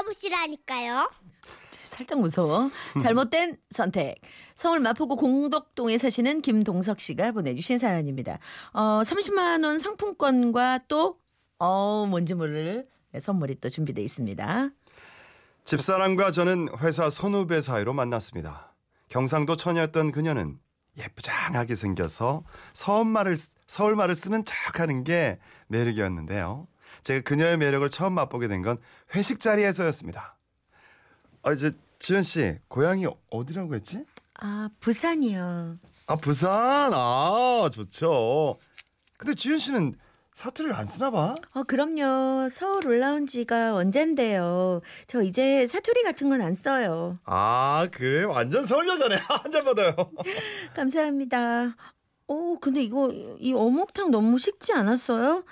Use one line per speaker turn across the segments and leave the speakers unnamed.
찾아보시라니까요.
살짝 무서워. 잘못된 선택. 서울 마포구 공덕동에 사시는 김동석 씨가 보내주신 사연입니다. 어, 30만 원 상품권과 또 어, 뭔지 모를 네, 선물이 또 준비돼 있습니다.
집사람과 저는 회사 선후배 사이로 만났습니다. 경상도 처녀였던 그녀는 예쁘장하게 생겨서 서울말을 서울말을 쓰는 척하는 게 매력이었는데요. 제가 그녀의 매력을 처음 맛보게 된 건 회식 자리에서였습니다. 아 이제 지현 씨 고향이 어디라고 했지?
아, 부산이요.
아 부산 아 좋죠. 근데 지현 씨는 사투리를 안 쓰나 봐.
어, 그럼요. 서울 올라온 지가 언젠데요. 저 이제 사투리 같은 건 안 써요.
아 그래 완전 서울 여자네 한 잔 받아요.
감사합니다. 오, 근데 이거 이 어묵탕 너무 식지 않았어요?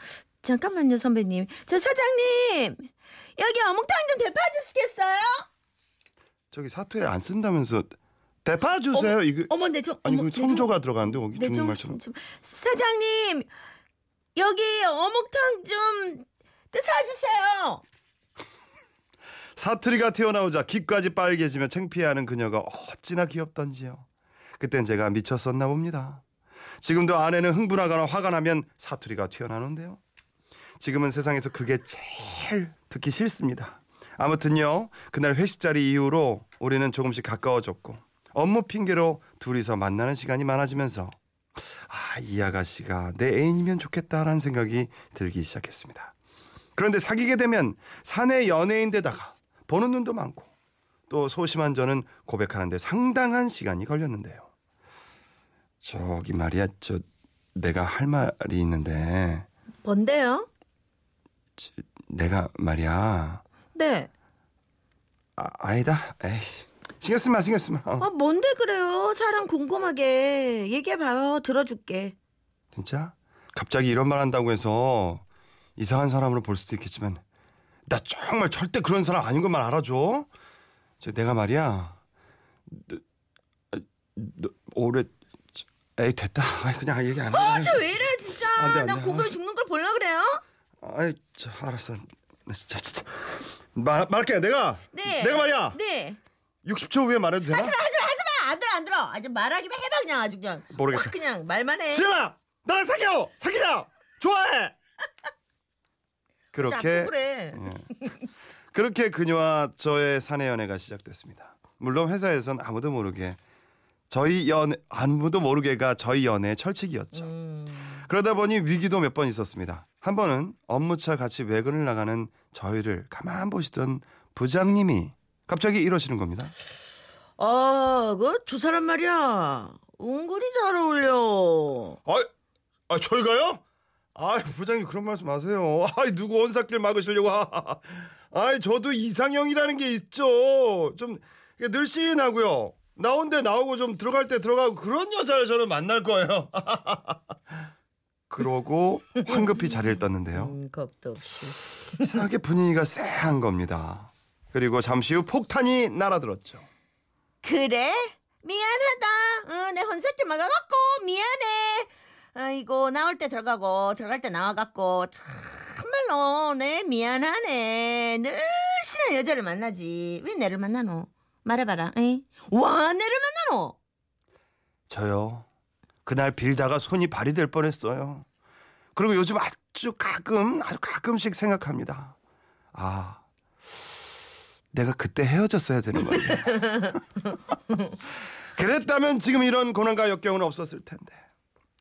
잠깐만요, 선배님. 저 사장님. 여기 어묵탕 좀 대파 주시겠어요?
저기 사투리 안 쓴다면서 대파 주세요 이거.
어머, 내 좀.
아니
어머,
그
내 좀-
성조가 들어가는데 거기
내 좀,
중국말처럼
좀, 좀. 사장님. 여기 어묵탕 좀 사주세요.
사투리가 튀어나오자 귀까지 빨개지며 창피해하는 그녀가 어찌나 귀엽던지요. 그땐 제가 미쳤었나 봅니다. 지금도 아내는 흥분하거나 화가 나면 사투리가 튀어나오는데요. 지금은 세상에서 그게 제일 듣기 싫습니다. 아무튼요 그날 회식 자리 이후로 우리는 조금씩 가까워졌고 업무 핑계로 둘이서 만나는 시간이 많아지면서 아 이 아가씨가 내 애인이면 좋겠다라는 생각이 들기 시작했습니다. 그런데 사귀게 되면 사내 연예인데다가 보는 눈도 많고 또 소심한 저는 고백하는데 상당한 시간이 걸렸는데요. 저기 말이야, 저 내가 할 말이 있는데
뭔데요?
내가 말이야
네.
아, 아니다, 에이 신경 쓰마 신경 쓰마. 어.
아, 뭔데 그래요? 사람 궁금하게 얘기해봐요. 들어줄게.
진짜 갑자기 이런 말 한다고 해서 이상한 사람으로 볼 수도 있겠지만 나 정말 절대 그런 사람 아닌 것만 알아줘. 저 내가 말이야. 너, 아, 너 올해 에이 됐다. 아이, 그냥 얘기 안 해. 아이,
저 왜 이래, 진짜.
안 돼, 안
나
돼.
고금이 죽는 걸 볼라 그래요?
아이 저, 알았어. 나 진짜 진짜 말 말할게 내가.
네.
내가 말이야.
네.
60초 후에 말해도 되나?
하지마 하지마 안 들어 안 들어 아주 말하기만 해봐 그냥 아주 그냥
모르겠다.
확 그냥 말만 해
지현아 나랑 사겨 사귀자 좋아해.
진짜 아프고
그렇게 음,
뭐 그래
그렇게 그녀와 저의 사내 연애가 시작됐습니다. 물론 회사에선 아무도 모르게 저희 연 아무도 모르게가 저희 연애의 철칙이었죠.
음.
그러다 보니 위기도 몇 번 있었습니다. 한 번은 업무차 같이 외근을 나가는 저희를 가만 보시던 부장님이 갑자기 이러시는 겁니다.
어그두 사람 말이야 은근히 잘 어울려
아, 아 저희가요? 아, 부장님 그런 말씀 하세요. 아, 누구 원삭길 막으시려고. 아, 저도 이상형이라는 게 있죠. 좀 이게 늘씬하고요. 나온 데 나오고 좀 들어갈 때 들어가고 그런 여자를 저는 만날 거예요. 그러고 황급히 자리를 떴는데요.
음, 겁도 없이
이상하게 분위기가 쎄한 겁니다. 그리고 잠시 후 폭탄이 날아들었죠.
그래 미안하다 어, 내 혼잣길 막아갖고 미안해 아이고 나올 때 들어가고 들어갈 때 나와갖고 참말로 내 미안하네 늘씬한 여자를 만나지 왜 내를 만나노 말해봐라 에이? 와 내를 만나노
저요. 그날 빌다가 손이 발이 될 뻔했어요. 그리고 요즘 아주 가끔 아주 가끔씩 생각합니다. 아, 내가 그때 헤어졌어야 되는 건데. 그랬다면 지금 이런 고난과 역경은 없었을 텐데.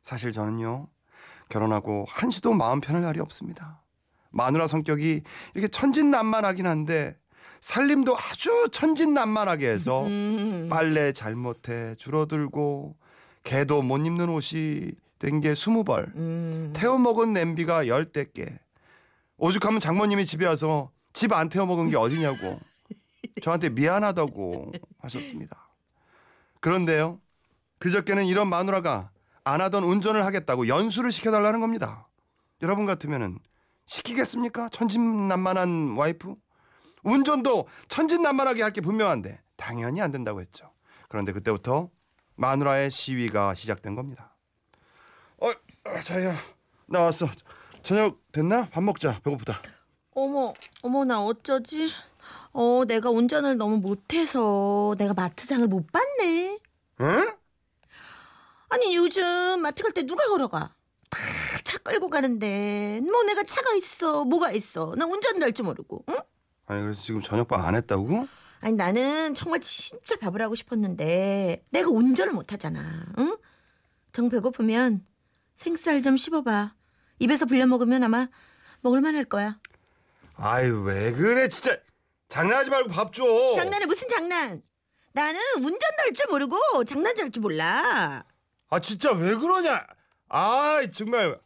사실 저는요 결혼하고 한시도 마음 편할 날이 없습니다. 마누라 성격이 이렇게 천진난만하긴 한데 살림도 아주 천진난만하게 해서
음.
빨래 잘못해 줄어들고 개도 못 입는 옷이 된 게 스무 벌
음.
태워 먹은 냄비가 열대 개 오죽하면 장모님이 집에 와서 집 안 태워 먹은 게 어디냐고 저한테 미안하다고 하셨습니다 그런데요 그저께는 이런 마누라가 안 하던 운전을 하겠다고 연수를 시켜달라는 겁니다 여러분 같으면은 시키겠습니까 천진난만한 와이프 운전도 천진난만하게 할 게 분명한데 당연히 안 된다고 했죠. 그런데 그때부터 마누라의 시위가 시작된 겁니다. 어, 어, 자기야 나왔어. 저녁 됐나? 밥 먹자. 배고프다.
어머, 어머, 나 어쩌지? 어, 내가 운전을 너무 못해서 내가 마트장을 못 봤네.
응?
아니, 요즘 마트 갈 때 누가 걸어가? 다 차 끌고 가는데. 뭐 내가 차가 있어. 뭐가 있어. 나 운전도 할 줄 모르고. 응?
아니 그래서 지금 저녁밥 안 했다고?
아니, 나는 정말 진짜 밥을 하고 싶었는데 내가 운전을 못 하잖아. 응? 정 배고프면 생쌀 좀 씹어봐. 입에서 불려 먹으면 아마 먹을만 할 거야.
아유 왜 그래 진짜 장난하지 말고 밥 줘.
장난해 무슨 장난? 나는 운전도 할 줄 모르고 장난도 할 줄 몰라.
아 진짜 왜 그러냐? 아 정말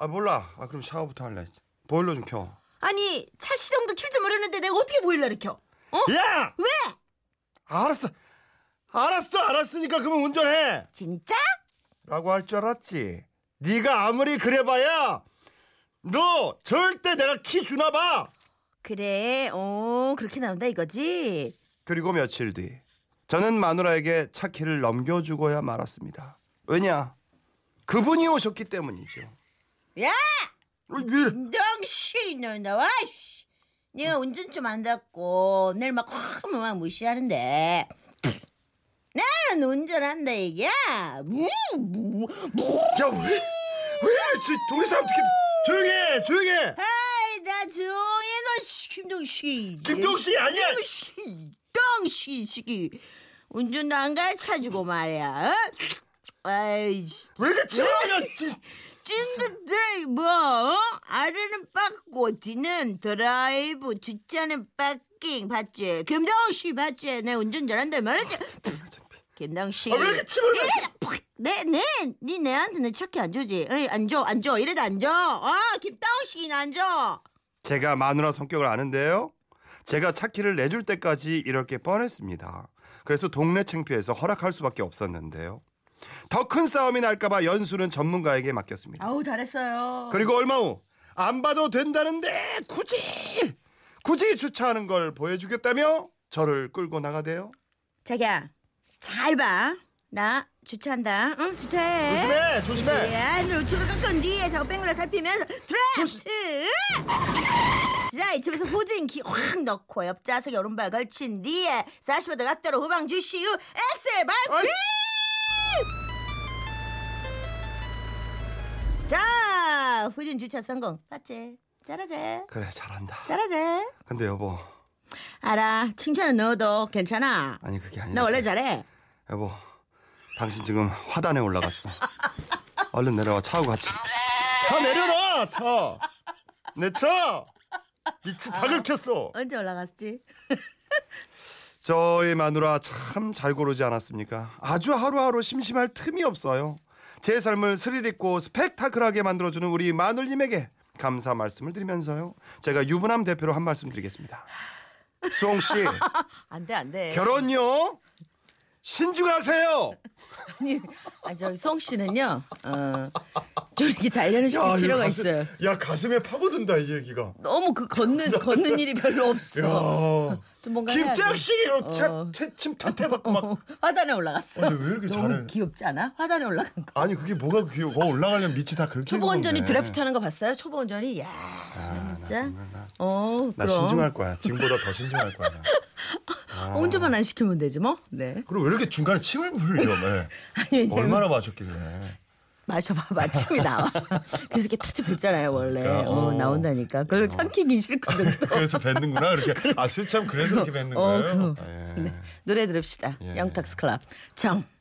아 몰라. 아 그럼 샤워부터 할래. 보일러 좀 켜.
아니 차 시동도 킬 줄 모르는데 내가 어떻게 보일러를 켜? 어?
야!
왜?
알았어. 알았어. 알았으니까 그러면 운전해.
진짜?
라고 할 줄 알았지. 네가 아무리 그래봐야 너 절대 내가 키 주나 봐.
그래. 어 그렇게 나온다 이거지.
그리고 며칠 뒤 저는 마누라에게 차 키를 넘겨주고야 말았습니다. 왜냐? 그분이 오셨기 때문이죠.
야
어, 왜?
당신은 나와. 씨. 내가 운전 좀 안다고 늘 막 확 막 무시하는데. 나는 운전한다 이게. 무, 무, 무.
야 왜? 왜? 저 동네 사람 어떻게 조용해 조용해.
아이 나 조용해 너 씨, 김동식.
김동식 아니야.
씨, 덩시 시기 운전도 안 가르쳐주고 말이야. 어? 아이
왜 이렇게 조용해? 진-
찐득들 뭐 어? 아래는 빠고 뒤는 드라이브 뒷차는 빠킹 봤지? 김동식 봤지? 내 운전 잘한다 말했지? 김동식.
아, 왜 이렇게 침을 흘려?
이래라 푹! 내, 내, 네, 니 내한테 는 착해 안 주지? 에이, 안 줘, 안 줘. 이래도 안 줘. 아, 김동식이 안 줘.
제가 마누라 성격을 아는데요. 제가 차키를 내줄 때까지 이럴 게 뻔했습니다. 그래서 동네 창피해서 허락할 수밖에 없었는데요. 더 큰 싸움이 날까봐 연수는 전문가에게 맡겼습니다.
아우, 잘했어요.
그리고 얼마 후 안 봐도 된다는데 굳이 굳이 주차하는 걸 보여주겠다며 저를 끌고 나가대요.
자기야, 잘 봐. 나 주차한다. 응, 주차해.
조심해 조심해.
야, 우측으로 네, 꺾은 뒤에 저거 뺑글어 살피면서 드래프트! 자, 이쯤에서 후진기 확 넣고 옆좌석에 오른발 걸친 뒤에 40도 각도로 후방 주시 후 엑셀
아이.
밟기! 자, 후진 주차 성공. 맞지? 잘하지?
그래 잘한다.
잘하지?
근데 여보
알아, 칭찬은 넣어도 괜찮아.
아니 그게 아니라
너 원래 잘해.
여보 당신 지금 화단에 올라갔어. 얼른 내려와 차하고 같이. 차 내려놔 차. 내 차. 미치 다 긁혔어.
언제 올라갔지?
저희 마누라 참 잘 고르지 않았습니까? 아주 하루하루 심심할 틈이 없어요. 제 삶을 스릴 있고 스펙타클하게 만들어주는 우리 마눌님에게 감사 말씀을 드리면서요. 제가 유부남 대표로 한 말씀 드리겠습니다. 수홍 씨
안 돼, 안 돼.
결혼요 신중하세요.
아니, 아, 저 송 씨는요, 어, 좀 이렇게 단련을 시킬
이거
필요가
가슴-
있어요.
야 가슴에 파고든다 이 얘기가.
너무 그 걷는 걷는 일이 별로 없어.
야.
좀 뭔가
김태학
해야지.
씨 이렇게
어.
침 탓해받고 막.
어, 화단에 올라갔어.
근데 왜 이렇게
너무
잘해?
귀엽지 않아? 화단에 올라간 거.
아니 그게 뭐가 귀여워? 거 올라가려면 밑이 다 긁히는
초보 운전이
건데.
드래프트 하는 거 봤어요? 초보 운전이 야 진짜. 어
아, 나
그럼
신중할 거야. 지금보다 더 신중할 거야. 나.
어, 운전만 안 시키면 되지 뭐. 네.
그리고 왜 이렇게 중간에 침을 흘려? 왜?
아니 얼마...
얼마나 마셨길래?
마셔봐 마침이 나와. 그래서 이렇게 탁탁했잖아요 원래.
그러니까,
어,
어.
나온다니까. 그걸 삼키긴 싫거든. 또.
그래서 뱉는구나 이렇게. 아 실참 그래서 이렇게 뱉는
어,
거예요.
그럼.
예.
네. 노래 들읍시다.
예.
영탁스 클럽 정.